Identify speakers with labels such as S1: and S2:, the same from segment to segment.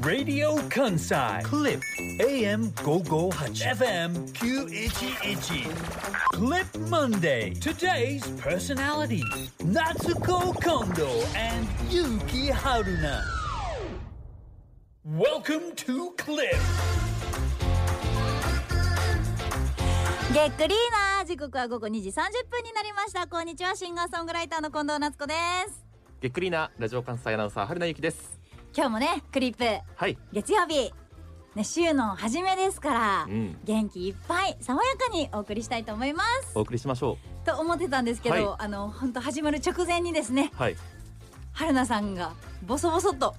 S1: Radio Kansai. Clip AM 558. FM 911. E Clip Monday. Today's personality Natsuko Kondo and Yuki Haruna. Welcome to Clip.
S2: げっくりーなー時刻は午後2時30分になりましたこんにちはシンガーソングライターの近藤夏子です
S3: げっくりなラジオ関西アナウンサー春名ゆきです
S2: 今日もねクリップ
S3: はい
S2: 月曜日ね週の初めですから、
S3: うん
S2: 元気いっぱい爽やかにお送りしたいと思います
S3: お送りしましょ
S2: と思ってたんですけど、
S3: はい
S2: あの本当始まる直前にですね
S3: うはい
S2: 春菜さんがボソボソっと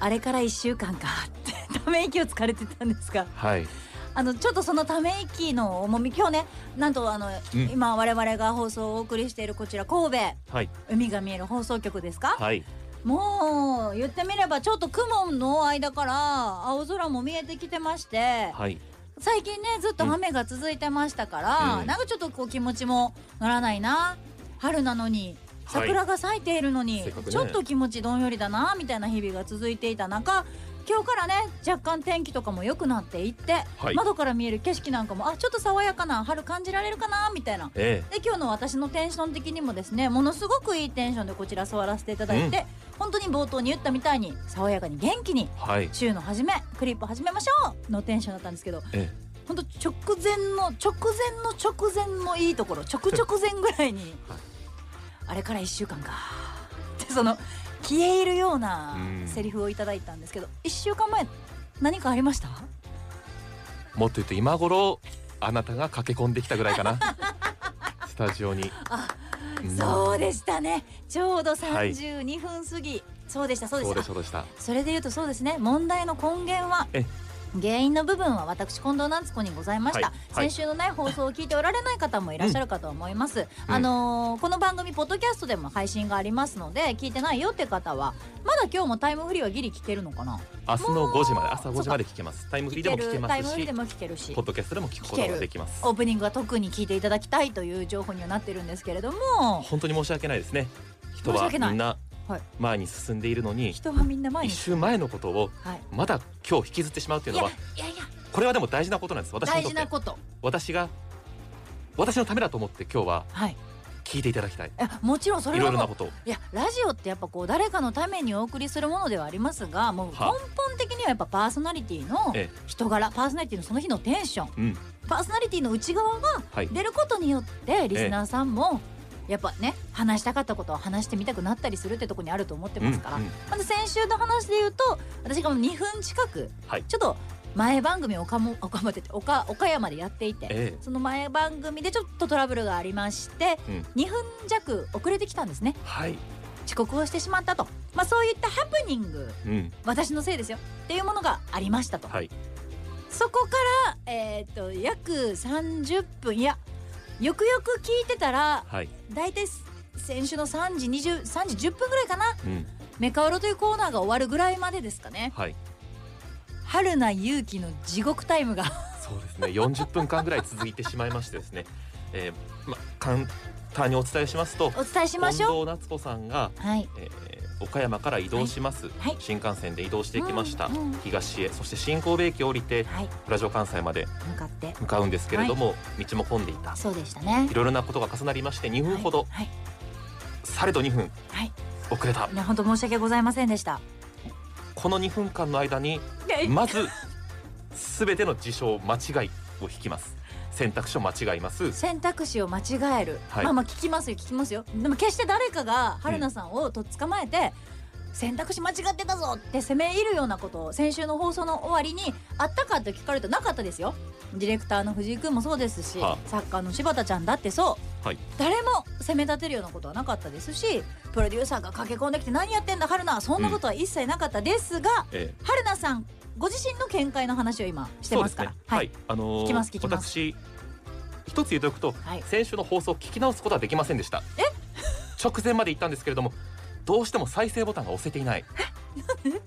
S2: あれから1週間かってため息をつかれてたんですが
S3: はい
S2: あのちょっとそのため息の重み今日ねなんとあの、
S3: うん
S2: 今我々が放送をお送りしているこちら神戸
S3: はい
S2: 海が見える放送局ですか、
S3: はい
S2: もう言ってみればちょっと雲の間から青空も見えてきてまして、
S3: はい
S2: 最近ねずっと雨が続いてましたから、
S3: うん
S2: なんかちょっとこう気持ちも乗らないな春なのに
S3: はい
S2: 桜が咲いているのに、
S3: せっかくね
S2: ちょっと気持ちどんよりだなみたいな日々が続いていた中今日からね若干天気とかも良くなっていって、
S3: はい
S2: 窓から見える景色なんかもあちょっと爽やかな春感じられるかなみたいな
S3: え
S2: で今日の私のテンション的にもですねものすごくいいテンションでこちら座らせていただいて、本当に冒頭に言ったみたいに爽やかに元気に
S3: えはい
S2: 週の初めクリップ始めましょうのテンションだったんですけど
S3: え
S2: 本当直前の直前の直前のいいところ直直前ぐらいに、
S3: はい
S2: あれから1週間かってその消え入るような
S3: うん
S2: セリフをいただいたんですけど1週間前何かありました
S3: えもっと言うと今頃あなたが駆け込んできたぐらいか なスタジオに
S2: あ
S3: ん
S2: そうでしたねちょうど
S3: はい
S2: 32分過ぎ、そうでしたそうで
S3: そ
S2: し
S3: う
S2: た
S3: でしたそうでした
S2: それで言うとそうですね問題の根源は
S3: え
S2: 原因の部分は私近藤夏子にございました、
S3: はいは
S2: 先
S3: い
S2: 週のね放送を聞いておられない方もいらっしゃるかと思います、
S3: うん
S2: あのーこの番組ポッドキャストでも配信がありますので聞いてないよって方はまだ今日もタイムフリーはギリ聞けるのかな
S3: 明日の5時まで朝
S2: そ
S3: 5
S2: う
S3: 時
S2: か
S3: まで聞けますタイムフリーでも聞けま
S2: タイム
S3: す
S2: フリー
S3: し
S2: でも聞けるし
S3: ポッドキャストでも聞く
S2: 聞
S3: こと
S2: け
S3: が
S2: る
S3: できます
S2: オープニングは特に聞いていただきたいという情報にはなってるんですけれども
S3: 本当に申し訳ないですね
S2: 申
S3: 人
S2: し
S3: は
S2: 訳
S3: み
S2: ない
S3: んな
S2: はい
S3: 前に進んでいるのに
S2: 人はみんな前
S3: 一
S2: に、
S3: 週前のことを
S2: はい、
S3: まだ今日引きずってしまうっていう
S2: い
S3: の
S2: や
S3: はい
S2: やいや
S3: これはでも大事なことなんです私に
S2: 大
S3: と
S2: 事
S3: って
S2: なこと
S3: 私が私のためだと思って今日は
S2: はい
S3: 聞いていただきたい
S2: いやもちろんそ
S3: い
S2: れ
S3: ろ
S2: はい
S3: ろ
S2: も
S3: な
S2: う
S3: ことを
S2: いやラジオってやっぱこう誰かのためにお送りするものではありますがもう根
S3: は
S2: 本的にはやっぱパーソナリティの
S3: え
S2: 人柄パーソナリティのその日のテンション
S3: うん
S2: パーソナリティの内側が
S3: はい
S2: 出ることによってリスナーさんもやっぱね話したかったことを話してみたくなったりするってとこにあると思ってますから、
S3: うんうん
S2: まず先週の話で言うと私がもう2分近く、
S3: はい
S2: ちょっと前番組を岡も岡本って岡岡山でやっていて、
S3: ええ
S2: その前番組でちょっとトラブルがありまして、
S3: うん
S2: 2分弱遅れてきたんですね
S3: はい
S2: 遅刻をしてしまったと、まあ、そういったハプニング
S3: うん
S2: 私のせいですよっていうものがありましたと、
S3: はい
S2: そこから、えー、と約30分いやよくよく聞いてたら
S3: はい
S2: 大体先週の3時20 3時10分ぐらいかな
S3: うん
S2: 「メカオロ」というコーナーが終わるぐらいまでですかね
S3: はい
S2: 春菜勇気の地獄タイムが
S3: そうですね40分間ぐらい続いてしまいましてですね、 えーま、簡単にお伝えしますと
S2: お伝えしましょう。
S3: 近藤夏子さんが、
S2: はい、
S3: えー岡山から移動します、
S2: はい
S3: 新幹線で移動してきました、
S2: うんうん
S3: 東へそして新神戸駅を降りて
S2: はい、
S3: ラジオ関西まで
S2: 向かって
S3: 向かうんですけれども、道も混んでいた
S2: そうでしたね
S3: い。ろいろなことが重なりまして2分ほど、
S2: はい、
S3: されど2分
S2: はい、
S3: 遅れた
S2: はい、いや本当申し訳ございませんでした。
S3: この2分間の間にまず全ての事象間違いを引きます選択肢を間違います
S2: 選択肢を間違える、
S3: はい
S2: まあまあ聞きますよ聞きますよでも決して誰かが春菜さんをとっ捕まえて、選択肢間違ってたぞって責め入るようなことを先週の放送の終わりにあったかって聞かれるとなかったですよディレクターの藤井君もそうですし、
S3: は
S2: 作家の柴田ちゃんだってそう、
S3: はい
S2: 誰も責め立てるようなことはなかったですしプロデューサーが駆け込んできて何やってんだ春菜そんなことは一切なかったですが、
S3: ええ
S2: 春菜さんご自身の見解の話を今してますから
S3: そうですねはい、あのー
S2: 聞きます聞きます
S3: 私一つ言っておくと
S2: はい、
S3: 先週の放送を聞き直すことはできませんでした直前まで言ったんですけれどもどうしても再生ボタンが押せていない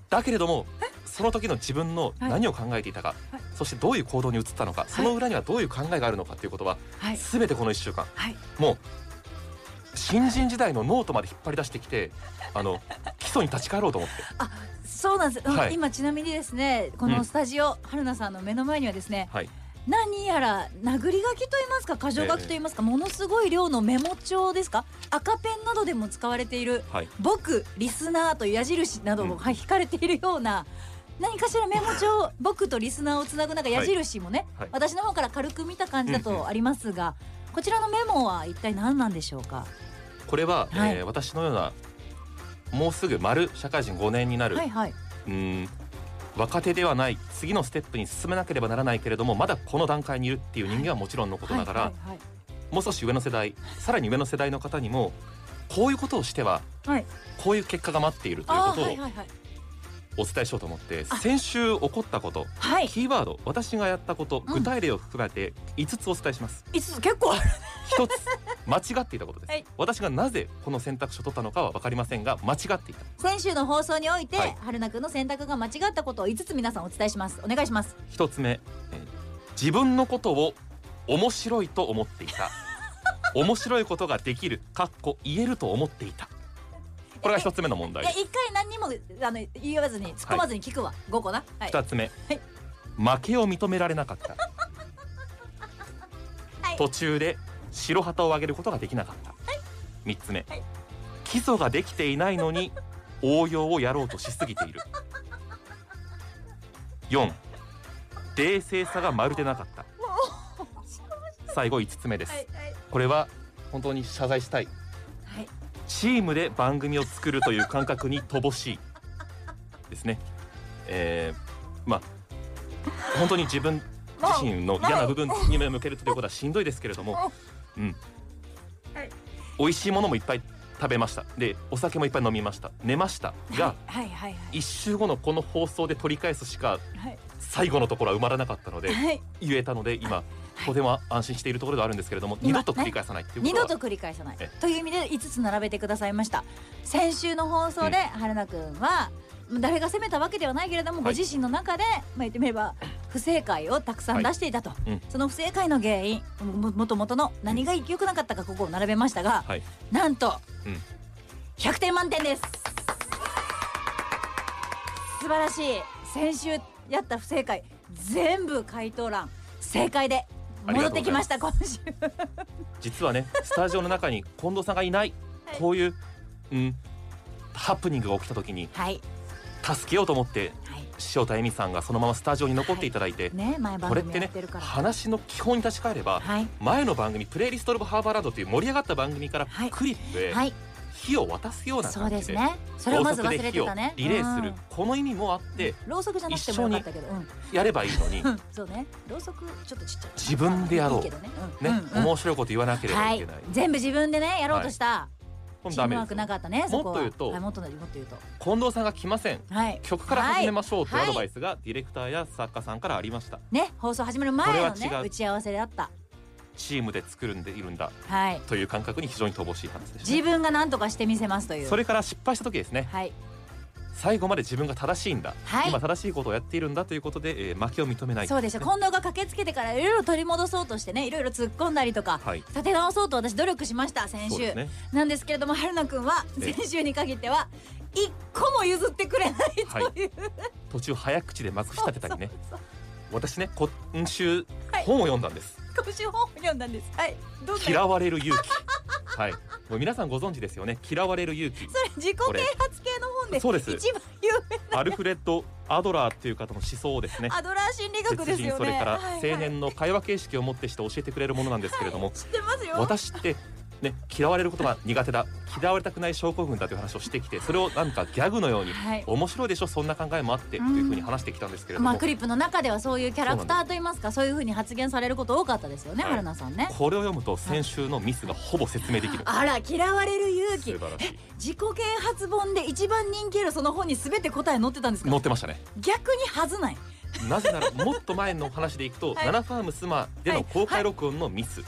S3: だけれどもその時の自分の何を考えていたか、
S2: はい
S3: そしてどういう行動に移ったのか、その裏にはどういう考えがあるのかということは
S2: はい
S3: 全てこの1週間
S2: はい
S3: もう新人時代のノートまで引っ張り出してきてあの基礎に立ち返ろうと思って
S2: そうなんです、うん
S3: はい
S2: 今ちなみにですねこ
S3: う
S2: の
S3: ん
S2: スタジオ、春菜さんの目の前にはですね、
S3: はい
S2: 何やら殴り書きと言いますか箇条書きと言いますか、ものすごい量のメモ帳ですか赤ペンなどでも使われている
S3: はい
S2: 「僕リスナー」という矢印なども、
S3: うん
S2: はい引かれているような何かしらメモ帳僕とリスナーをつなぐなんか矢印もね、
S3: はい
S2: 私の方から軽く見た感じだ
S3: うんう
S2: とありますが、こちらのメモは一体何なんでしょうか
S3: これは、
S2: はい
S3: えー私のようなもうすぐ丸社会人5年になる、
S2: はいはい、
S3: うーん若手ではない次のステップに進めなければならないけれどもまだこの段階にいるっていう人間はもちろんのことながら、
S2: はいはいはい
S3: もう少し上の世代さらに上の世代の方にもこういうことをしては、
S2: はい
S3: こういう結果が待っているという
S2: あ
S3: こ
S2: あー
S3: とを
S2: はいはいはい
S3: お伝えしようと思って、
S2: あ
S3: 先週起こったこと
S2: はい
S3: キーワード私がやったこと
S2: うん
S3: 具体例を含めて5つお伝えします。
S2: いつ結構ある
S3: 一つ間違っていたことです、
S2: はい
S3: 私がなぜこの選択肢を取ったのかは分かりませんが間違っていた
S2: 先週の放送において、
S3: はい
S2: 春菜くんの選択が間違ったことを5つ皆さんお伝えしますお願いします
S3: 一つ目、えー自分のことを面白いと思っていた 面白いことができるかっこ言えると思っていたこれが一つ目の問
S2: い
S3: 題
S2: や
S3: です
S2: 一回何にもあの言わずに突っ込まずに聞くわ、5個な、はい
S3: 二つ目、負けを認められなかった、
S2: はい
S3: 途中で白旗を上げることができなかった、三つ目、
S2: はい
S3: 基礎ができていない のに応用をやろうとしすぎている四冷静さがまるでなかった最後五つ目です、
S2: はいはい
S3: これは本当に謝罪したい
S2: はい
S3: チームで番組を作るという感覚に乏しいですね。えー、まあ本当に自分自身の嫌な部分に目を向けるということはしんどいですけれども、うん
S2: はい、
S3: 美味しいものもいっぱい食べましたでお酒もいっぱい飲みました寝ましたが
S2: はいはいはい
S3: 1週後のこの放送で取り返すしか
S2: はい
S3: 最後のところは埋まらなかったので
S2: はい
S3: 言えたので今とても安心しているところではあるんですけれども
S2: 今
S3: 二度と繰り返さないっていうこ
S2: 二
S3: と
S2: 度
S3: は
S2: と繰り返さない
S3: え
S2: という意味で5つ並べてくださいました先週の放送で春菜くんは誰が責めたわけではないけれども、
S3: はい
S2: ご自身の中で、まあ、言ってみれば不正解をたくさん出していたと、
S3: うん
S2: その不正解の原因ももともとの何が良くなかったかここを並べましたが、
S3: はい
S2: なんと、
S3: うん
S2: 100点満点です素晴らしい先週やった不正解全部回答欄正解で
S3: ありが
S2: 戻っ
S3: とうございます
S2: てきました今週
S3: 実はねスタジオの中に近藤さんがいない、
S2: はい
S3: こういう、うん、ハプニングが起きた時に
S2: はい
S3: 助けようと思って
S2: はい
S3: 塩田恵美さんがそのままスタジオに残っていただいて、
S2: ね前番
S3: これっ
S2: 組
S3: て
S2: や
S3: ね
S2: ってるから、
S3: 話の基本に立ち返れば、
S2: はい
S3: 前の番組「プレイリスト・オブ・ハーバーランド」という盛り上がった番組から
S2: はい
S3: クリップへ
S2: はい
S3: 火を渡すような
S2: そう
S3: 感
S2: で
S3: じ
S2: す
S3: で,、
S2: ねそれをまず忘れてたね
S3: リレーする、
S2: うん
S3: この意味もあって
S2: ろうそくじゃなくてもよかったけど、
S3: やればいいのに
S2: うん、そうねろうそくちょっとちっちゃい
S3: 自分でやろう
S2: いいけどね,うん、
S3: ね、
S2: うんうん
S3: 面白いこと言わなければ
S2: はいい
S3: けない、
S2: 全部自分でねやろうとした、
S3: これ
S2: チー
S3: ダ
S2: ム
S3: メ
S2: ワー
S3: です
S2: ク
S3: よ
S2: なかったねそこは
S3: もっと言うと
S2: はい、もっと言うもっと言うと
S3: 近藤さんが来ません
S2: はい
S3: 曲から始めましょうという
S2: は
S3: ア
S2: い
S3: ドバイスがディレクターや作家さんからありました
S2: ね放送始める前の
S3: これ
S2: ね
S3: は違う
S2: 打ち合わせであった
S3: チームで作るんでいるんだ
S2: はい
S3: という感覚に非常に乏しい話でし
S2: 自分が何とかしてみせますとい
S3: た
S2: う
S3: それから失敗した時ですね
S2: はい
S3: 最後まで自分が正しいんだ、
S2: はい
S3: 今正しいことをやっているんだということで、えー負けを認めない
S2: そうでした近藤が駆けつけてからいろいろ取り戻そうとしてねいろいろ突っ込んだりとか、
S3: はい
S2: 立て直そうと私努力しました先
S3: そう
S2: 週、
S3: ですね
S2: なんですけれども春菜くんは
S3: ええ
S2: 先週に限っては一個も譲ってくれない
S3: はい
S2: という、
S3: 途中早口でまくし立てたりね
S2: そう
S3: 私ね今週
S2: はい
S3: 本を読んだんです、
S2: そう今週本を読んだんですはいどんな
S3: 嫌われる勇気はいもう皆さんご存知ですよね嫌われる勇気
S2: それ自己啓発系の本で
S3: そうです
S2: 一番有名
S3: アルフレッド・アドラーという方の思想をですね
S2: なアドラー心理学で
S3: 鉄
S2: す
S3: 人
S2: よね
S3: それから
S2: はいはい
S3: 青年の会話形式をもってして教えてくれるものなんですけれども、
S2: 知ってますよ
S3: 私ってね嫌われることが苦手だ嫌われたくない症候群だという話をしてきてそれをなんかギャグのように、
S2: はい
S3: 面白いでしょそんな考えもあってというふうに話してきたんですけれども、
S2: まあクリップの中ではそういうキャラクタ
S3: そう
S2: ーといいますかそういうふうに発言されること多かったですよね、
S3: はい
S2: 春菜さんね
S3: これを読むと先週のミスがほぼ説明できる
S2: あら嫌われる勇
S3: 素晴
S2: 気
S3: らしい
S2: 自己啓発本で一番人気あるその本に全て答え載ってたんですか
S3: 載ってましたね
S2: 逆にはずない
S3: なぜならもっと前の話でいくと「
S2: はい
S3: ナナファームスマ」での公開録音のミス、
S2: はい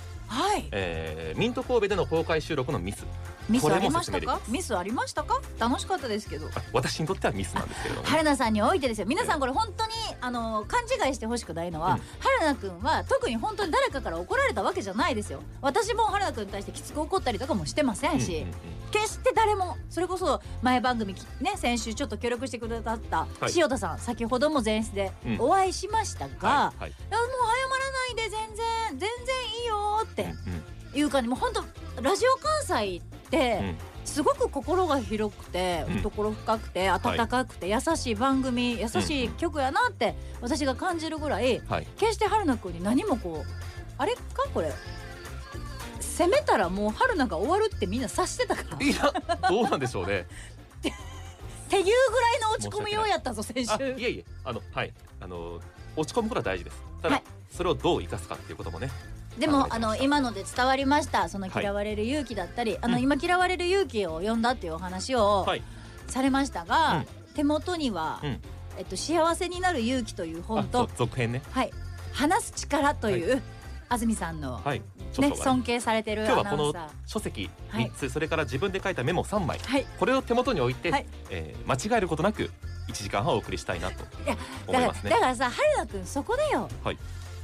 S3: えーミント神戸での公開収録のミス
S2: ミス
S3: これ
S2: あ
S3: も
S2: りました
S3: 説明
S2: か
S3: できます
S2: ミスありましたか楽しかったですけど
S3: 私にとってはミスなんですけれども、
S2: 春菜さんにおいてですよ皆さ
S3: え
S2: ん
S3: え
S2: これ本当にあの勘違いしてほしくないのは、
S3: うん
S2: 春菜くんは特に本当に誰かから怒られたわけじゃないですよ私も春菜くんに対してきつく怒ったりとかもしてませんし、
S3: うんうんうん
S2: 決して誰もそれこそ前番組きね先週ちょっと協力してくださった
S3: はい
S2: 塩田さん、先ほども前室で
S3: うん
S2: お会いしましたが、
S3: はいはい
S2: いやもう謝らないで全然全然いいよーって
S3: うん
S2: いう感じもう本当ラジオ関西って、
S3: うん
S2: すごく心が広くて
S3: うん
S2: 懐深くて
S3: い
S2: 温かくて優しい番組優しい曲やなって私が感じるぐらい
S3: はい
S2: 決して春菜くんに何もこうあれかこれ攻めたらもう春菜が終わるってみんな察してたからっ
S3: いやどうなんでしょうね。
S2: ていうぐらいの落ち込みようやったぞ先
S3: あ
S2: 週
S3: いえいえあのはいあの落ち込むことは大事です。ただ、
S2: はい
S3: それをどう生かすかっていうこともね。
S2: で
S3: わ
S2: も
S3: か
S2: あ
S3: りま
S2: の
S3: した
S2: 今ので伝わりましたその
S3: はい
S2: 嫌われる勇気だったり、あ
S3: う
S2: の
S3: ん
S2: 今嫌われる勇気を呼んだっていうお話を
S3: はい
S2: されましたが、手元には、
S3: うん
S2: えっと「幸せになる勇気」という
S3: あ
S2: 本
S3: そ
S2: と
S3: 続編ね。
S2: 「はい、話す力」という、安住さんの、
S3: はいちょ
S2: ね、
S3: っとは
S2: 尊敬されてる
S3: 今日
S2: ア
S3: は
S2: ナ
S3: こ
S2: ウン
S3: の
S2: サー。
S3: 書籍
S2: はい
S3: 三つ、それから自分で書いたメモ三枚
S2: はい、
S3: これを手元に置いて、
S2: はい
S3: えー間違えることなく一時間半お送りしたいなと
S2: いや
S3: 思
S2: だか
S3: いま
S2: ら
S3: すね
S2: だ。からさ春菜くんそこだよ、
S3: はい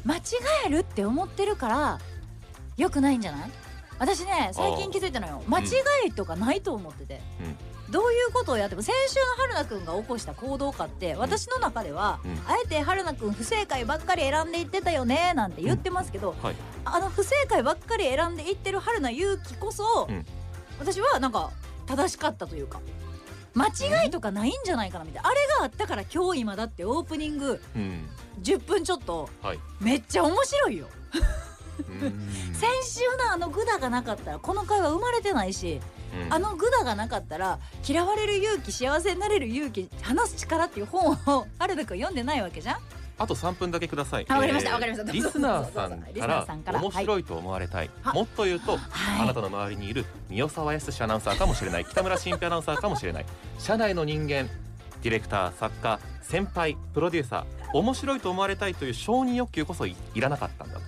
S2: 間違えるって思ってるからよくないんじゃない私ね最近気づいたのよ間違いとかないと思ってて、どういうことをやっても先週の春菜くんが起こした行動かって私の中では、
S3: うん
S2: あえて春菜くん不正解ばっかり選んでいってたよねなんて言ってますけど、
S3: はい
S2: あの不正解ばっかり選んでいってる春菜勇気こそ、
S3: うん
S2: 私はなんか正しかったというか間違いとかないんじゃないかなみたいなあれがあったから今日今だってオープニング
S3: うん
S2: 10分ちょっと
S3: はい。
S2: めっちゃ面白いよ
S3: うん
S2: 先週のあのグダがなかったらこの会話生まれてないし
S3: うん
S2: あのグダがなかったら嫌われる勇気幸せになれる勇気話す力っていう本を春菜くん読んでないわけじゃん
S3: あと3分だけください。
S2: あわかりましたわかりました
S3: リスナーさ
S2: どうぞ
S3: ん
S2: どうぞリスナーさん
S3: か
S2: からら
S3: 面白いと思われたい。
S2: はい
S3: もっと言う
S2: は
S3: と、
S2: い
S3: あなたの周りにいる三代沢康史アナウンサーかもしれない、北村新平アナウンサーかもしれない、社内の人間、ディレクター、作家、先輩、プロデューサー、面白いと思われたいという承認欲求こそいいらなかったんだ。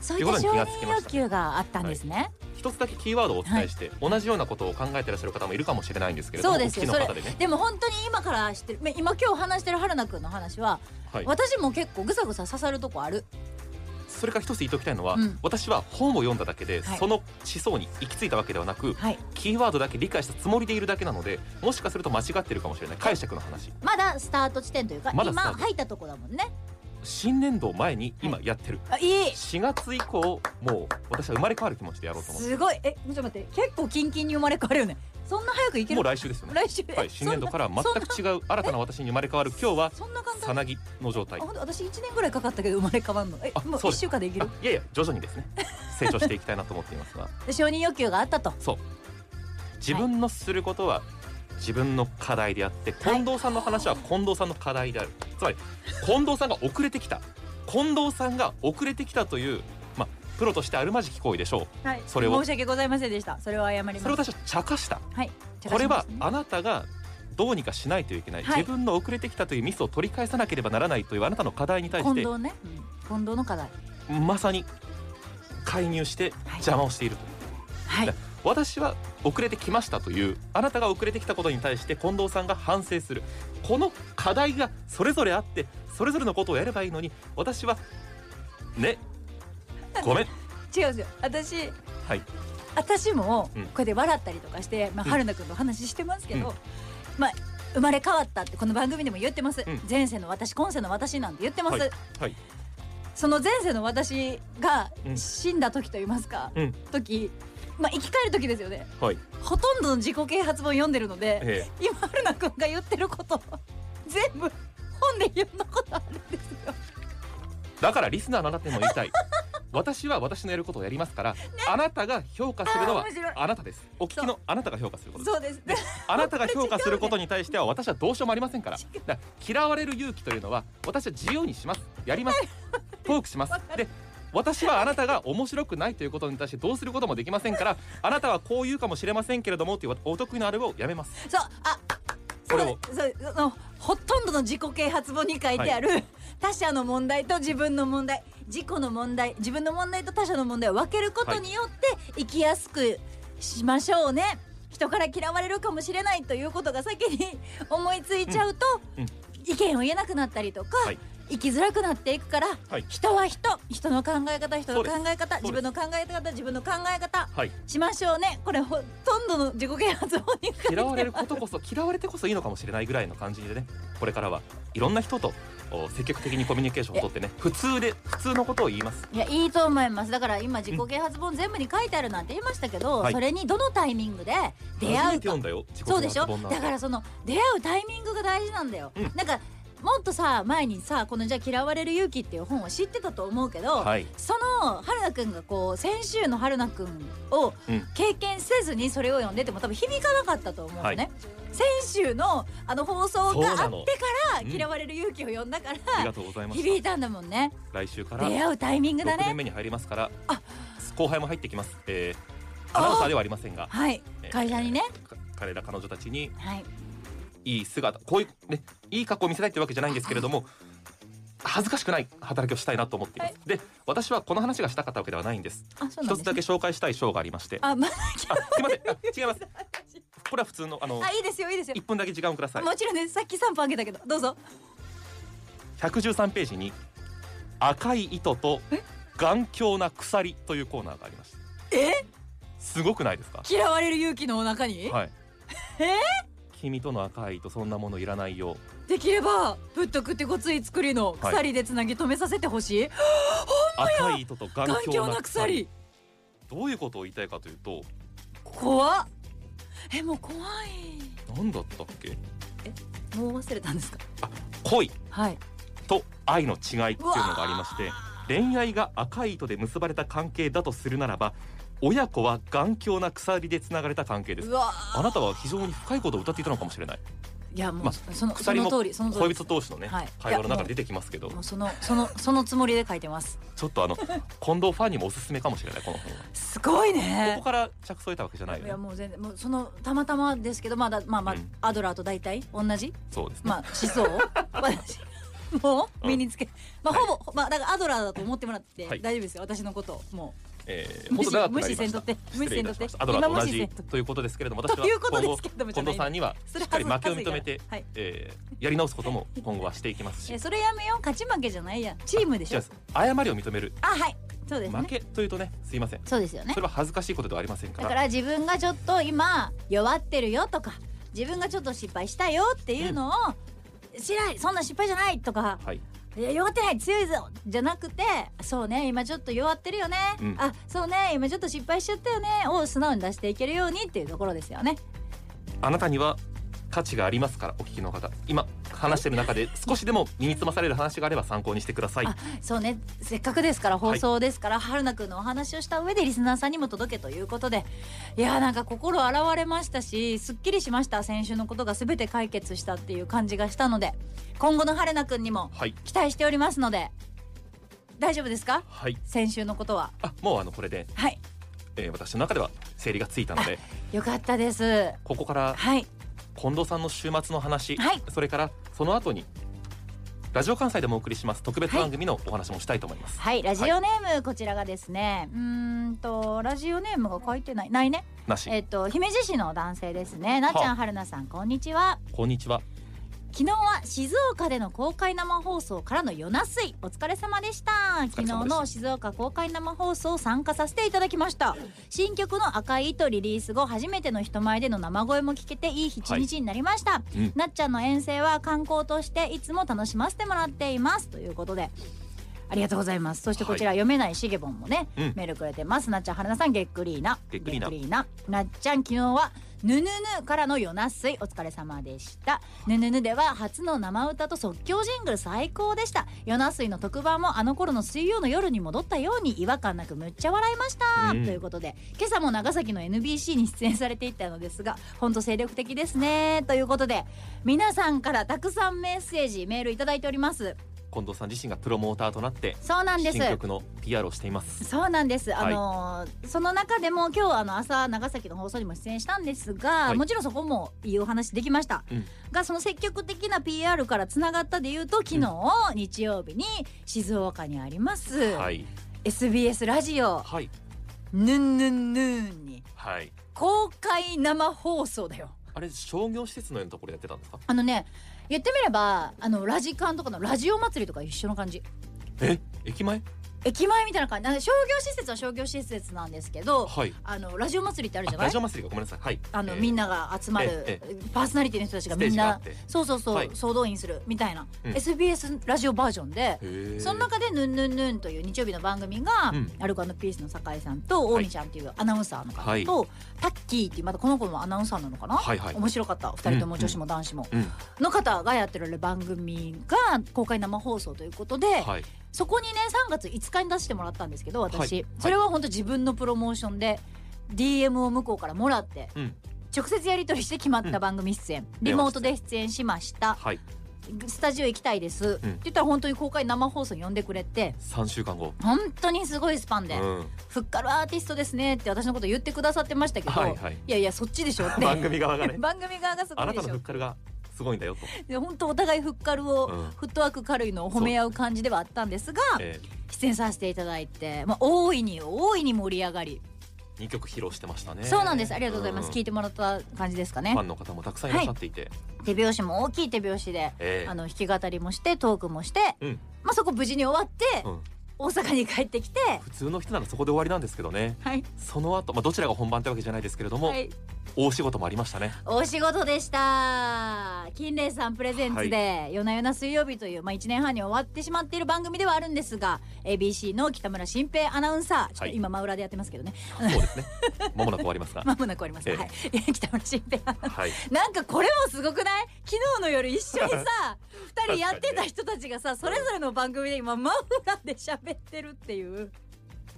S2: そういった承認欲求があったんですね。
S3: 一つだけキーワードをお伝えして、同じようなことを考えてらっしゃる方もいるかもしれないんですけれども、
S2: そうですよ
S3: お聞きの方でね。
S2: でも本当に今から知ってるま今今日話してる春菜くんの話は、
S3: はい。
S2: 私も結構ぐさぐさ刺さるとこある。
S3: それから一つ言っておきたいのは、
S2: うん
S3: 私は本を読んだだけで、
S2: はい
S3: その思想に行き着いたわけではなく、
S2: はい。
S3: キーワードだけ理解したつもりでいるだけなのでもしかすると間違ってるかもしれない解釈の話
S2: まだスタート地点というか、
S3: まだ
S2: 今
S3: スタート
S2: 入ったとこだもんね。
S3: 新年度を前に今やってる、
S2: あいい。
S3: 4月以降もう私は生まれ変わる気持ちでやろうと思って
S2: すごい。えちょっと待って。結構キンキンに生まれ変わるよね。そんな早くいけ
S3: も
S2: る？
S3: う来週ですよね
S2: 来週。
S3: はい、新年度から全
S2: そんな
S3: く違う新たな私に生まれ変わる今日は
S2: そんな簡
S3: さ
S2: 単。
S3: なぎの状態
S2: あ本当私一年ぐらいかかったけど生まれ変わるの。え
S3: あ
S2: もう
S3: そ
S2: 一
S3: うです
S2: 週間でいけ
S3: あ
S2: る？
S3: いやいや徐々にですね成長していきたいなと思っていますが
S2: で承認欲求があったと。
S3: 自分のすることは自分の課題であって近藤さんの話は近藤さんの課題である、つまり近藤さんが遅れてきた近藤さんが遅れてきたという、まあ、プロとしてあるまじき行為でしょう
S2: はい。
S3: それを
S2: 申し訳ございませんでした。それを謝ります。
S3: それを私は茶化した
S2: はい。
S3: これは
S2: ね
S3: あなたがどうにかしないといけない、
S2: はい
S3: 自分の遅れてきたというミスを取り返さなければならないというあなたの課題に対し
S2: 近
S3: て
S2: 藤ね。うん近藤の課題。
S3: まさに介入して邪魔をしていると、
S2: はい。
S3: 私は遅れてきましたというあなたが遅れてきたことに対して近藤さんが反省するこの課題がそれぞれあってそれぞれのことをやればいいのに私はね ごめん
S2: 違うんですよ私
S3: はい
S2: 私もこ
S3: うん
S2: うやって笑ったりとかして、まあ、
S3: うん
S2: 春菜くんの話してますけど、
S3: うん
S2: まあ生まれ変わったってこの番組でも言ってます、
S3: うん
S2: 前世の私今世の私なんて言ってます、
S3: はいはい
S2: その前世の私が
S3: うん
S2: 死んだ時と言いますか、
S3: うん
S2: 時まあ生き返る時ですよね
S3: はい
S2: ほとんどの自己啓発本読んでるので
S3: え
S2: 今春菜くんが言ってること全部本で読んだことあるんですよ
S3: えだからリスナーのあなたにも言い たい私は私のやることをやりますから、あなたが評価するの
S2: あ
S3: は
S2: ー面白い
S3: あなたですお聞きのあなたが評価することです
S2: そうです
S3: あなたが評価することに対しては私はどうしようもありませんから
S2: 違
S3: だから嫌われる勇気というのは私は自由にしますや りますトークしますで私はあなたが面白くないということに対してどうすることもできませ んからあなたはこう言うかもしれませんけれどもというお得意のあれをやめます
S2: そうあ
S3: これを
S2: そうそうそのほとんどの自己啓発本に書いてある、他者の問題と自分の問題自己の問題自分の問題と他者の問題を分けることによって生きやすくしましょうね人から嫌われるかもしれないということが先に思いついちゃうと、
S3: うんうん
S2: 意見を言えなくなったりとか、
S3: はい
S2: 生きづらくなっていくから、
S3: はい
S2: 人は人人の考え方人の考え方
S3: そうで
S2: 自
S3: す
S2: 分の考え方自分の考え方
S3: はい
S2: しましょうねこれほとんどの自己啓発本に書いて
S3: 嫌われる
S2: ま
S3: こ
S2: す
S3: とこそ 嫌われてこそいいのかもしれないぐらいの感じでねこれからはいろんな人とお積極的にコミュニケーションを取ってね普通で普通のことを言います
S2: いやいいと思いますだから今自己啓発本全部に書いてあるなんて言いましたけど、
S3: はい
S2: それにどのタイミングで出会
S3: 初め
S2: うか
S3: て読んだよ自己
S2: そうでしょ
S3: 啓発本なんて
S2: だからその出会うタイミングが大事なんだよ、
S3: うん
S2: なんかもっとさ前にさこのじゃあ嫌われる勇気っていう本を知ってたと思うけど、
S3: はい
S2: その春菜くんがこう先週の春菜くんを
S3: うん
S2: 経験せずにそれを読んでても多分響かなかったと思うのね、
S3: はい
S2: 先週のあの放送があってか
S3: そうなの
S2: ら
S3: うん
S2: 嫌われる勇気を読んだか
S3: あり
S2: ら
S3: がとうございます
S2: 響いたんだもんね
S3: 来週から
S2: 出会うタイミングだ
S3: 6年
S2: ね
S3: 目に入りますから
S2: あ
S3: 後輩も入ってきます、えー、
S2: あ
S3: アナウンサーではありませんが、
S2: はい
S3: えー
S2: 会社にね
S3: か彼ら彼女たちに
S2: はい
S3: いい姿こういうねいい格好を見せたいってわけじゃないんですけれども恥ずかしくない働きをしたいなと思っています、で私はこの話がしたかったわけではないんです
S2: あそうな
S3: 一
S2: ん
S3: つ
S2: です
S3: だけ
S2: ね
S3: 紹介したい賞がありましてあ
S2: あまあ
S3: すいませんあ 違いますこれは普通のあの
S2: あいいですよいいですよ
S3: 1分だけ時間をください
S2: もちろんねさっき3分あげたけどどうぞ
S3: 113ページに赤い糸と頑強な鎖というコーナーがありました
S2: え
S3: すごくないですか
S2: 嫌われる勇気の中に、
S3: はい。
S2: えー
S3: 君との赤い糸そんなものいらないよ。
S2: できればぶっとくってごつい作りの鎖でつなぎ止めさせてほしい、
S3: 赤い糸と頑
S2: 頑
S3: 強
S2: 強
S3: な
S2: な鎖
S3: 鎖。どういうことを言いたいかというと、
S2: 怖っえもう怖い
S3: なんだったっけ？
S2: もう忘れたんですか
S3: 恋
S2: はい
S3: と愛の違いっていうのがありまして
S2: うわ、
S3: 恋愛が赤い糸で結ばれた関係だとするならば、親子は頑強な鎖でつながれた関係です
S2: う。わ
S3: あなたは非常に深いことを歌っていたのかもしれない。
S2: いやもう、
S3: まあ
S2: そのそ
S3: 鎖
S2: の
S3: も
S2: 通りその通り
S3: 恋人同士のね、
S2: はい
S3: 会話の中で出てきますけど
S2: も、うそのそのそのつもりで書いてます
S3: ちょっと あの近藤ファンにもおすすめかもしれないこの本は。
S2: すごい
S3: こ
S2: ね
S3: こから着想を得たわけじゃない
S2: い
S3: よ
S2: や
S3: ね。
S2: もう全然もうそのたまたまですけどまあだまあまあ、
S3: うん
S2: アドラーと大体同じ
S3: そうですね。
S2: まあ思想 を私もう身につけ、まあ
S3: はい
S2: ほぼ、まあだからアドラーだと思ってもらって
S3: はい
S2: 大丈夫ですよ、私のことをも
S3: えー
S2: う無
S3: 本当
S2: 視
S3: 長く
S2: 無
S3: なり
S2: 視
S3: ま
S2: せん
S3: し
S2: と
S3: た
S2: っ。て無視せんとって
S3: アドラ
S2: 今
S3: ーと
S2: 無
S3: 同
S2: 視せん
S3: じ
S2: と
S3: ということですけれども私
S2: と
S3: は
S2: いうこと
S3: 今
S2: で
S3: 後
S2: すけどもじゃな
S3: 近藤
S2: い
S3: さんには
S2: それ
S3: しっかり負けを認め
S2: は
S3: て
S2: ず、はい
S3: えーやり直すことも今後はしていきます
S2: い
S3: し
S2: やそれやめよう勝ち負けじゃないやんチームでし
S3: 違い
S2: ょ
S3: ます誤りを認める
S2: あはいそうです
S3: 負
S2: ね
S3: けというとねすいません
S2: そうですよね
S3: それは恥ずかしいことではありませんか
S2: だからら自分がちょっと今弱ってるよとか自分がちょっと失敗したよっていうのを、しないそんな失敗じゃないとか
S3: はい
S2: いや弱ってない強いぞじゃなくてそうね今ちょっと弱ってるよね、
S3: うん
S2: あそうね今ちょっと失敗しちゃったよねを素直に出していけるようにっていうところですよね
S3: あなたには価値がありますからお聞きの方今話してる中で少しでも身につまされる話があれば参考にしてください
S2: あそうねせっかくですから放送ですから、春菜くんのお話をした上でリスナーさんにも届けということでいやーなんか心洗われましたしすっきりしました先週のことが全て解決したっていう感じがしたので今後の春菜くんにも
S3: はい
S2: 期待しておりますので大丈夫ですか
S3: はい
S2: 先週のことは
S3: あもうあのこれで、
S2: はい
S3: えー私の中では整理がついたので
S2: よかったです
S3: ここから
S2: はい
S3: 近藤さんの週末の話、
S2: はい
S3: それからその後にラジオ関西でもお送りします特別番組のお話もしたいと思います、
S2: はいラジオネームこちらがですねうーんとラジオネームが書いてないないね
S3: なし、
S2: えっと姫路市の男性ですねなっちゃ
S3: は
S2: ん春菜さんこんにちは
S3: こんにちは
S2: 昨日は静岡での公開生放送からの夜なすいお疲れ様でした
S3: 疲
S2: 昨
S3: れ様でした
S2: 日の静岡公開生放送参加させていただきました新曲の赤い糸リリース後初めての人前での生声も聞けていい一日になりました、
S3: うん
S2: なっちゃんの遠征は観光としていつも楽しませてもらっていますということでありがとうございますそしてこちら、読めないしげぼんもね、
S3: うん
S2: メールくれてますなっちゃんはるなさんげっくりーな
S3: げっくりーな
S2: なっちゃん昨日はぬぬぬからの夜なすいお疲れ様でしたぬぬぬでは初の生歌と即興ジングル最高でした夜なすいの特番もあの頃の水曜の夜に戻ったように違和感なくむっちゃ笑いました、
S3: うん
S2: ということで今朝も長崎の NBC に出演されていたのですが本当精力的ですねということで皆さんからたくさんメッセージメールいただいております
S3: 近藤さん自身がプロモーターとなって
S2: そうなんです
S3: 新曲の PR をしています
S2: そうなんです、
S3: はい
S2: あのーその中でも今日あの朝長崎の放送にも出演したんですが、
S3: はい
S2: もちろんそこもいいお話できました、
S3: うん
S2: がその積極的な PR からつながったでいうと昨日、日曜日に静岡にあります、
S3: はい
S2: SBS ラジオ
S3: はい
S2: 「ぬんぬんぬん」に
S3: はい
S2: 公開生放送だよ
S3: あれ商業施設のようなところやってたんですか
S2: あのね言ってみればあのラジカンとかのラジオ祭りとか一緒の感じ
S3: え駅前
S2: 駅前みたいな感じあの商業施設は商業施設なんですけど
S3: はい
S2: あのラジオ祭りってあるじゃ
S3: あ
S2: な
S3: ラ
S2: い
S3: ジオ祭りかごめんなさいはい
S2: あの、みん
S3: な
S2: なが集まる、
S3: え
S2: パーソナリティの人たちが
S3: ステ
S2: み
S3: ー
S2: ん
S3: ジがあっ
S2: な
S3: て
S2: そうそうそう、
S3: はい
S2: 総動員するみたいな、
S3: うん
S2: SBS ラジオバージョンで、その
S3: な
S2: 中で「ヌンヌンヌン」という日曜日の番組が、
S3: うん
S2: アルコピースの酒井さんと
S3: は
S2: 大
S3: い
S2: 見ちゃんっていうアナウンサーの方と、
S3: はい
S2: タッキーっていうまたこの子もアナウンサーなのかな、
S3: はいはい
S2: 面白かった2人とも女子も男子も、
S3: うん
S2: の方がやってる番組が公開生放送ということで、
S3: はい
S2: そこにね3月5日に出してもらったんですけど私、
S3: はい
S2: それは本当自分のプロモーションで DM を向こうからもらって、
S3: うん
S2: 直接やり取りして決まった番組出演、リモートで出演しました
S3: はい
S2: スタジオ行きたいです、って言ったら本当に公開生放送に呼んでくれて
S3: 三週間後
S2: 本当にすごいスパン
S3: う
S2: で「
S3: ん
S2: ふっかるアーティストですね」って私のこと言ってくださってましたけど、
S3: はい
S2: い
S3: はい
S2: やいやそっちでしょって
S3: 番組側がね
S2: 番組側がすご
S3: あ
S2: い
S3: な
S2: で
S3: た
S2: し
S3: の
S2: ょ
S3: フッカルがすごいんだよと
S2: で本当お互いふっかるを、
S3: うん
S2: フットワーク軽いのを褒め合う感じではあったんですが
S3: えー
S2: 出演させていただいて、まあ、大いに大いに盛り上がり、
S3: 二曲披露してましたね
S2: そうなんですありがとうございます、
S3: ん
S2: 聞いてもらった感じですかね
S3: ファンの方もたくさんいらっしゃっていて
S2: 手拍子も大きい手拍子で、
S3: えー
S2: あの弾き語りもしてトークもして、
S3: うん
S2: まあ、そこ無事に終わって、
S3: うん
S2: 大阪に帰ってきて
S3: 普通の人ならそこで終わりなんですけどね
S2: はい、
S3: その後まあどちらが本番ってわけじゃないですけれども
S2: はい、
S3: 大仕事もありま したね
S2: お仕事でした金麗さんプレゼンツで、夜な夜な水曜日という、まあ、1年半に終わってしまっている番組ではあるんですが ABC の北村新平アナウンサーちょっと今真裏でやってますけどね、
S3: そうですねまもなく終わりますが
S2: まもなく終わります、
S3: ええ
S2: はい、 北村新平アナウンサー
S3: はい
S2: なんかこれもすごくない昨日の夜一緒にさ 二人やってた人たちがさそれぞれの番組で今マフラーで喋ってるっていう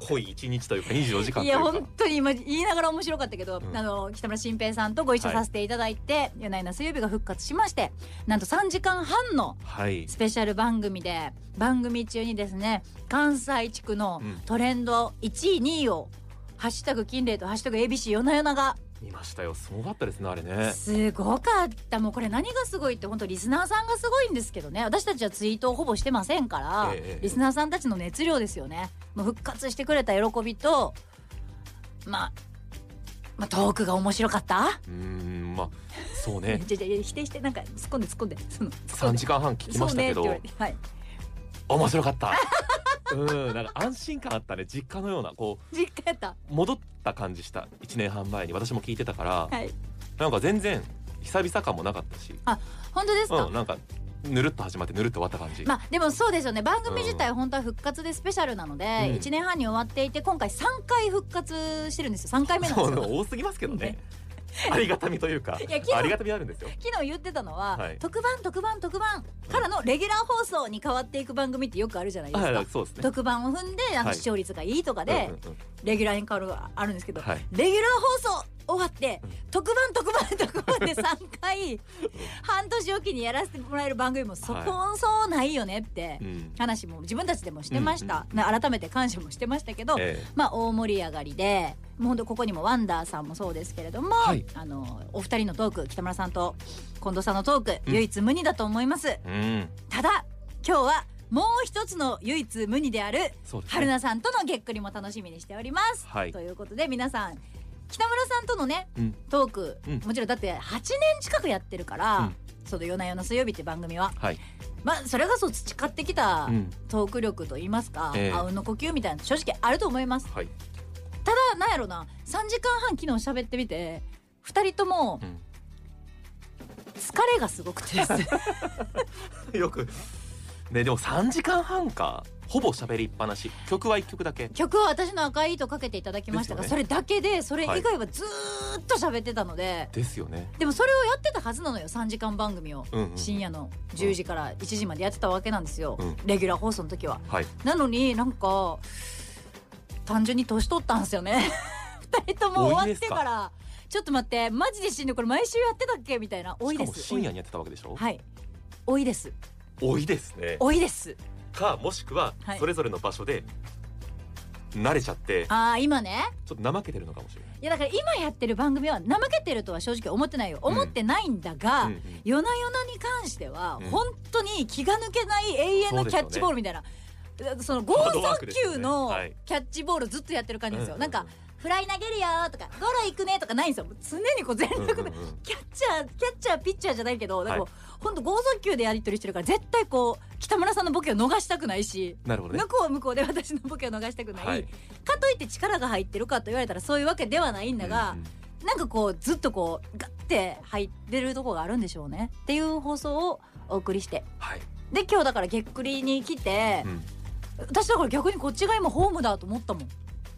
S3: 濃い一日というか24時間
S2: い
S3: とい
S2: や
S3: うか
S2: 本当に今言いながら面白かったけど、
S3: うん
S2: あの北村新平さんとご一緒させていただいて「夜な夜な水曜日」が復活しましてなんと3時間半の
S3: はい
S2: スペシャル番組で番組中にですね関西地区の
S3: うん
S2: トレンド1位2位を「ハッシュタグ金麗」と「ハッシュタグ ABC 夜な夜な」が
S3: 見ましたよすごかったですねあれね
S2: すごかったもうこれ何がすごいって本当リスナーさんがすごいんですけどね私たちはツイートをほぼしてませんから、
S3: ええ
S2: リスナーさんたちの熱量ですよねもう復活してくれた喜びとまあまあ、トークが面白かった、
S3: うーんまあそう
S2: え
S3: ね
S2: じゃじゃ否定してなんか突っ込んで突っ込んでその突っ込ん
S3: 3
S2: で
S3: 時間半聞きましたけ
S2: そうね
S3: ど
S2: って言われて
S3: 面白かったうんなんか安心感あったね実家のようなこ
S2: はい、実家やった
S3: う戻った感じした1年半前に私も聞いてたから
S2: はい
S3: なんか全然久々感もなかったし
S2: 本当ですか、
S3: うんなんかぬるっと始まってぬるっと終わった感じ
S2: まあでもそうですよね番組自体本当は復活でスペシャルなので、
S3: うん
S2: 1年半に終わっていて今回3回復活してるんですよ3回目なんです
S3: そう
S2: よ
S3: 多すぎますけどね
S2: ね
S3: ありがたみというか
S2: いや昨日
S3: ありがたみあるんですよ
S2: 昨日言ってたのは、
S3: はい
S2: 特番特番特番からのレギュラー放送に変わっていく番組ってよくあるじゃないですか、
S3: はいそうですね
S2: 特番を踏んでなんか
S3: はい
S2: 視聴率がいいとかで、
S3: うんうんうん
S2: レギュラーに変わるあるんですけど、
S3: はい
S2: レギュラー放送終わって、
S3: うん
S2: 特番特番特番 で3回半年おきにやらせてもらえる番組もそこそうないよねって
S3: うん
S2: 話も自分たちでもしてました、な改めて感謝もしてましたけど、
S3: え
S2: まあ大盛り上がりでもうほんとここにもワンダーさんもそうですけれども、
S3: はい
S2: あのお二人のトーク北村さんと近藤さんのトーク
S3: うん
S2: 唯一無二だと思います、
S3: えうん
S2: ただ今日はもう一つの唯一無二である
S3: そうですね
S2: 春菜さんとのげっくりも楽しみにしております、
S3: はい
S2: ということで皆さん北村さんとのね
S3: うん
S2: トーク、
S3: うん
S2: もちろんだって8年近くやってるから、
S3: うん
S2: その「夜な夜な水曜日」って番組は、
S3: はい
S2: まあ、それがそう培ってきた
S3: うん
S2: トーク力といいますか、
S3: ええ
S2: あうんの呼吸みたいなの正直あると思います
S3: はい
S2: ただなんやろな3時間半昨日喋ってみて2人とも
S3: うん
S2: 疲れがすごくて です
S3: よくねでも3時間半かほぼ喋りっぱなし曲は1曲だけ
S2: 曲は私の赤い糸かけていただきましたが、
S3: です
S2: そ
S3: よ
S2: れだけでそれ以外はずーっと喋ってたので、
S3: ですよね
S2: でもそれをやってたはずなのよ3時間番組を。
S3: うん、うん、
S2: 深夜の10時から1時までやってたわけなんですよ、
S3: うん
S2: レギュラー放送の時は
S3: はい
S2: なのになんか単純に年取ったんですよね 二人とも終わってからちょっと待ってマジで死んでこれ毎週やってたっけみたいな多いで
S3: しかも
S2: す
S3: 深夜にやってたわけでしょ
S2: はい多いです
S3: 多いですね
S2: 多いです
S3: かもしくは
S2: はい
S3: それぞれの場所で慣れちゃって
S2: ああ今ね
S3: ちょっと怠けてるのかもしれない
S2: いやだから今やってる番組は怠けてるとは正直思ってないよ思ってないんだが、
S3: うんうん
S2: 夜な夜なに関しては、
S3: うん
S2: 本当に気が抜けない永遠のキャッチボールみたいな。その剛
S3: ハードワー
S2: 速
S3: クですよ
S2: 球
S3: ね
S2: の
S3: はい
S2: キャッチボールずっとやってる感じですよ、
S3: うん
S2: なんかフライ投げるよーとかゴロ行くねとかないんですよもう常にこう全
S3: うん
S2: 力
S3: うん
S2: で
S3: うん
S2: キャッチャーキャッチャーピッチャーじゃないけどなんかこ
S3: は
S2: うほんと剛速球でやり取りしてるから絶対こう北村さんのボケを逃したくないし
S3: なるほど
S2: 向
S3: ね。
S2: こうは向こうで私のボケを逃したくない、
S3: はい
S2: かといって力が入ってるかと言われたらそういうわけではないんだが、なんかこうずっとこうガッて入ってるとこがあるんでしょうねっていう放送をお送りして
S3: はい。
S2: で今日だからげっくりに来て、
S3: うん
S2: 私だから逆にこっちが今ホームだと思ったもん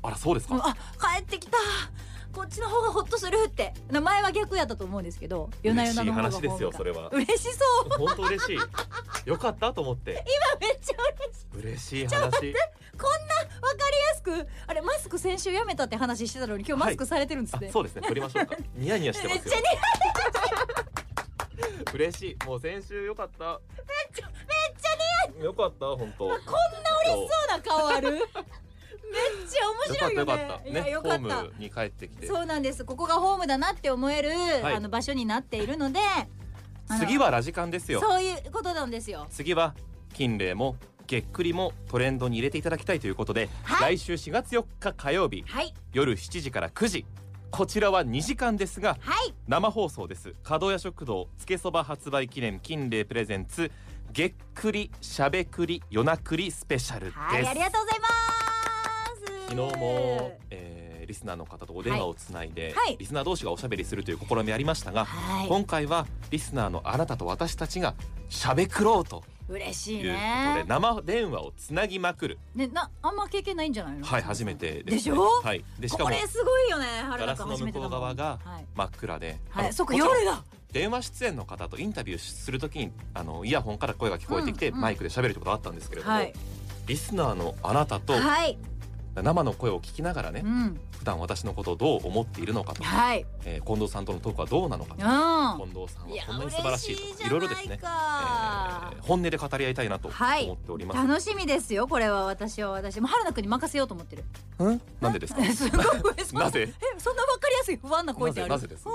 S3: あらそうですか。
S2: あ帰ってきたこっちの方がホッとするって前は逆やったと思うんですけど夜な夜なの方がホ
S3: 嬉
S2: ー
S3: しい話
S2: ム
S3: ですよそれは
S2: が嬉しそう
S3: 本当嬉しい。よかったと思って。
S2: めっちゃ嬉しい
S3: 嬉しい話。
S2: わかりやすくあれマスク先週やめたって話してたのに今日マスクされてるんです
S3: あ
S2: ね、
S3: そうですね。取りましょうか。ニヤニヤしてま
S2: めっ
S3: す
S2: ち
S3: よ
S2: ゃ。
S3: 嬉しい。もう先週よかった。めっちゃめっちゃね。よかった本当。こんな嬉しそ
S2: そうな顔ある めっちゃ面白いよ
S3: よか
S2: ね
S3: ったよかった。
S2: いや
S3: ね
S2: よ
S3: ホ
S2: かっ
S3: ー
S2: た
S3: ムに帰ってきて。
S2: そうなんですここがホームだなって思える、
S3: い
S2: あの場所になっているのであの
S3: 次はラジカンですよ。
S2: そういうことなんですよ
S3: 次は金礼もげっくりもトレンドに入れていただきたいということで、
S2: はい
S3: 来週4月4日火曜日
S2: はい
S3: 夜7時から9時こちらは2時間ですが
S2: はい
S3: 生放送です角屋食堂つけそば発売記念金礼プレゼンツげっくりしゃべくり夜なくりスペシャルです、
S2: はいありがとうございます
S3: 昨日も、えーリスナーの方とお電話をつないで、
S2: はいはい
S3: リスナー同士がおしゃべりするという試みありましたが、
S2: は
S3: 今回はリスナーのあなたと私たちがしゃべくろうと
S2: い嬉し
S3: い
S2: いう
S3: ことで
S2: ね
S3: 生電話をつなぎまくる
S2: ねなあんま経験ないんじゃないの
S3: はい初めてです、ね、
S2: でしょ
S3: はいでしか
S2: こ
S3: も
S2: れすごいよね
S3: ガ
S2: 春菜
S3: ラス
S2: 君
S3: の
S2: 初め
S3: 向
S2: てだ
S3: こう
S2: もん
S3: 側が
S2: はい、
S3: 真っ暗で、あ
S2: は
S3: の
S2: い、そっか
S3: もちろん
S2: 夜だ
S3: 電話出演の方とインタビューするときにあのイヤホンから声が聞こえてきて、
S2: うんうん
S3: マイクで喋るってことあったんですけれども、
S2: はい
S3: リスナーのあなたと
S2: はい
S3: 生の声を聞きながらね、
S2: うん
S3: 普段私のことをどう思っているのかと、
S2: はい
S3: えー近藤さんとのトークはどうなのかと、
S2: う
S3: 近藤さん
S2: んい
S3: は
S2: や
S3: こんなに素晴らしいと
S2: 嬉じ
S3: か
S2: ゃない
S3: いろいろですね、え
S2: か
S3: ー本音で語り合いたいなと
S2: はい
S3: 思っております。
S2: 楽しみですよこれは私は私もう春菜君に任せようと思ってる
S3: うん なんでですか
S2: す ごいえそんな
S3: なぜ
S2: えそんなわかりやすい不安な声
S3: な
S2: ってある
S3: ぜなぜですか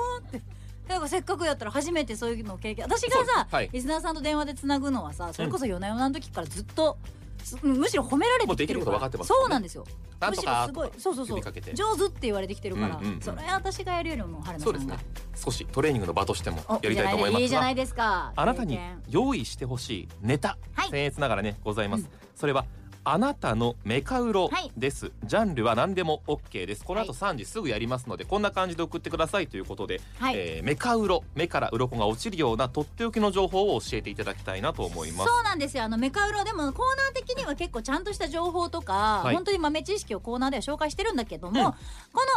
S2: だからせっかくやったら初めてそういうのを経験私が
S3: そう
S2: さ、
S3: はい
S2: リスナーさんと電話でつなぐのはさそれこそ夜な夜なの時からずっとすむしろ褒められてきてる
S3: もうできるこ
S2: か
S3: と
S2: ら
S3: 分かってますからね
S2: そうなんですよ
S3: なん
S2: む
S3: と
S2: しろ
S3: か
S2: すごいそうそうそ
S3: 呼
S2: う
S3: びかけて
S2: 上手って言われてきてるから、
S3: うんうんうん
S2: それは私がやるよりも春菜
S3: そ
S2: さ
S3: うです
S2: んが
S3: ね少しトレーニングの場としても
S2: お
S3: やりたいと思います
S2: いじゃ
S3: が
S2: ないですか
S3: あなたに
S2: 経験
S3: 用意してほしいネタ、
S2: はい
S3: 僭越ながらねございます、
S2: うん
S3: それはあなたのメカウロ
S2: はい
S3: です、ジャンルは何でも OK ですこの後
S2: は
S3: 3時すぐやりますのでこんな感じで送ってくださいということで、
S2: はい、
S3: えーメカウロ目から鱗が落ちるようなとっておきの情報を教えていただきたいなと思います
S2: そうなんですよあのメカウロでもコーナー的には結構ちゃんとした情報とか、
S3: はい
S2: 本当に豆知識をコーナーでは紹介してるんだけども、
S3: うん
S2: こ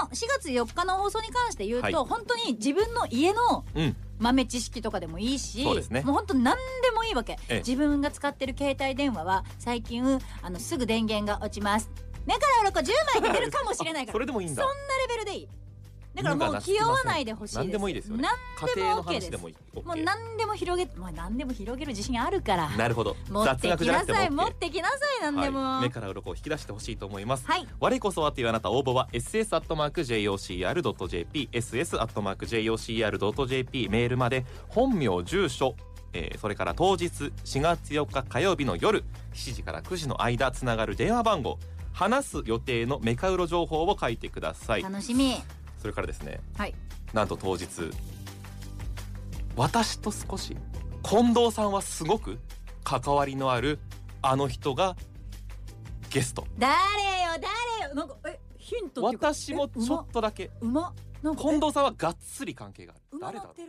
S2: の4月4日の放送に関して言うと、
S3: はい
S2: 本当に自分の家の
S3: うん
S2: 豆知識とかでもいいし
S3: そうですね
S2: もう本当何でもいいわけ、
S3: ええ
S2: 自分が使ってる携帯電話は最近あのすぐ電源が落ちます目から鱗10枚出てるかもしれないか
S3: そ
S2: ら
S3: れでもいいんだ
S2: そんなレベルでいいだからもう気負わないでほしいです
S3: 何でもいいですよね
S2: なん
S3: 家庭の
S2: OK で
S3: 話
S2: す
S3: でもいい
S2: もう
S3: OK
S2: 何でも広げもう何でも広げる自信あるから
S3: なるほど
S2: 持ってきなさい
S3: も
S2: 持っ
S3: OK
S2: てきなさいなんでも
S3: はい、
S2: は
S3: 目
S2: い、
S3: から鱗を引き出してほしいと思います我こそはというあなた応募は ss.jocr.jp ss.jocr.jp メールまで本名住所、えーそれから当日4月4日火曜日の夜7時から9時の間つながる電話番号話す予定のメカウロ情報を書いてください
S2: 楽しみ
S3: それからですね
S2: はい
S3: なんと当日私と少し近藤さんはすごく関わりのあるあの人がゲスト
S2: 誰よ誰よなんかえヒントっていうか
S3: 私もちょっとだけ
S2: え馬馬なんか
S3: 近藤さんはがっつり関係がある
S2: え馬
S3: 誰
S2: 乗
S3: だ
S2: ってる